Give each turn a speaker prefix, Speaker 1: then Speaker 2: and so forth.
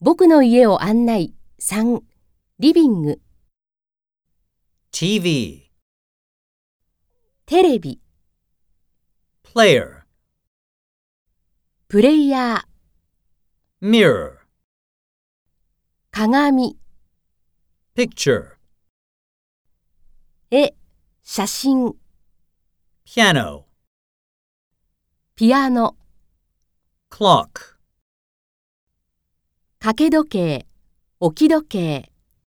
Speaker 1: 僕の家を案内3リビング
Speaker 2: TV,
Speaker 1: テレビ
Speaker 2: player,
Speaker 1: プレイヤー
Speaker 2: mirror,
Speaker 1: 鏡
Speaker 2: picture,
Speaker 1: 絵写真
Speaker 2: piano,
Speaker 1: ピアノ
Speaker 2: clock,
Speaker 1: 掛け時計置き時計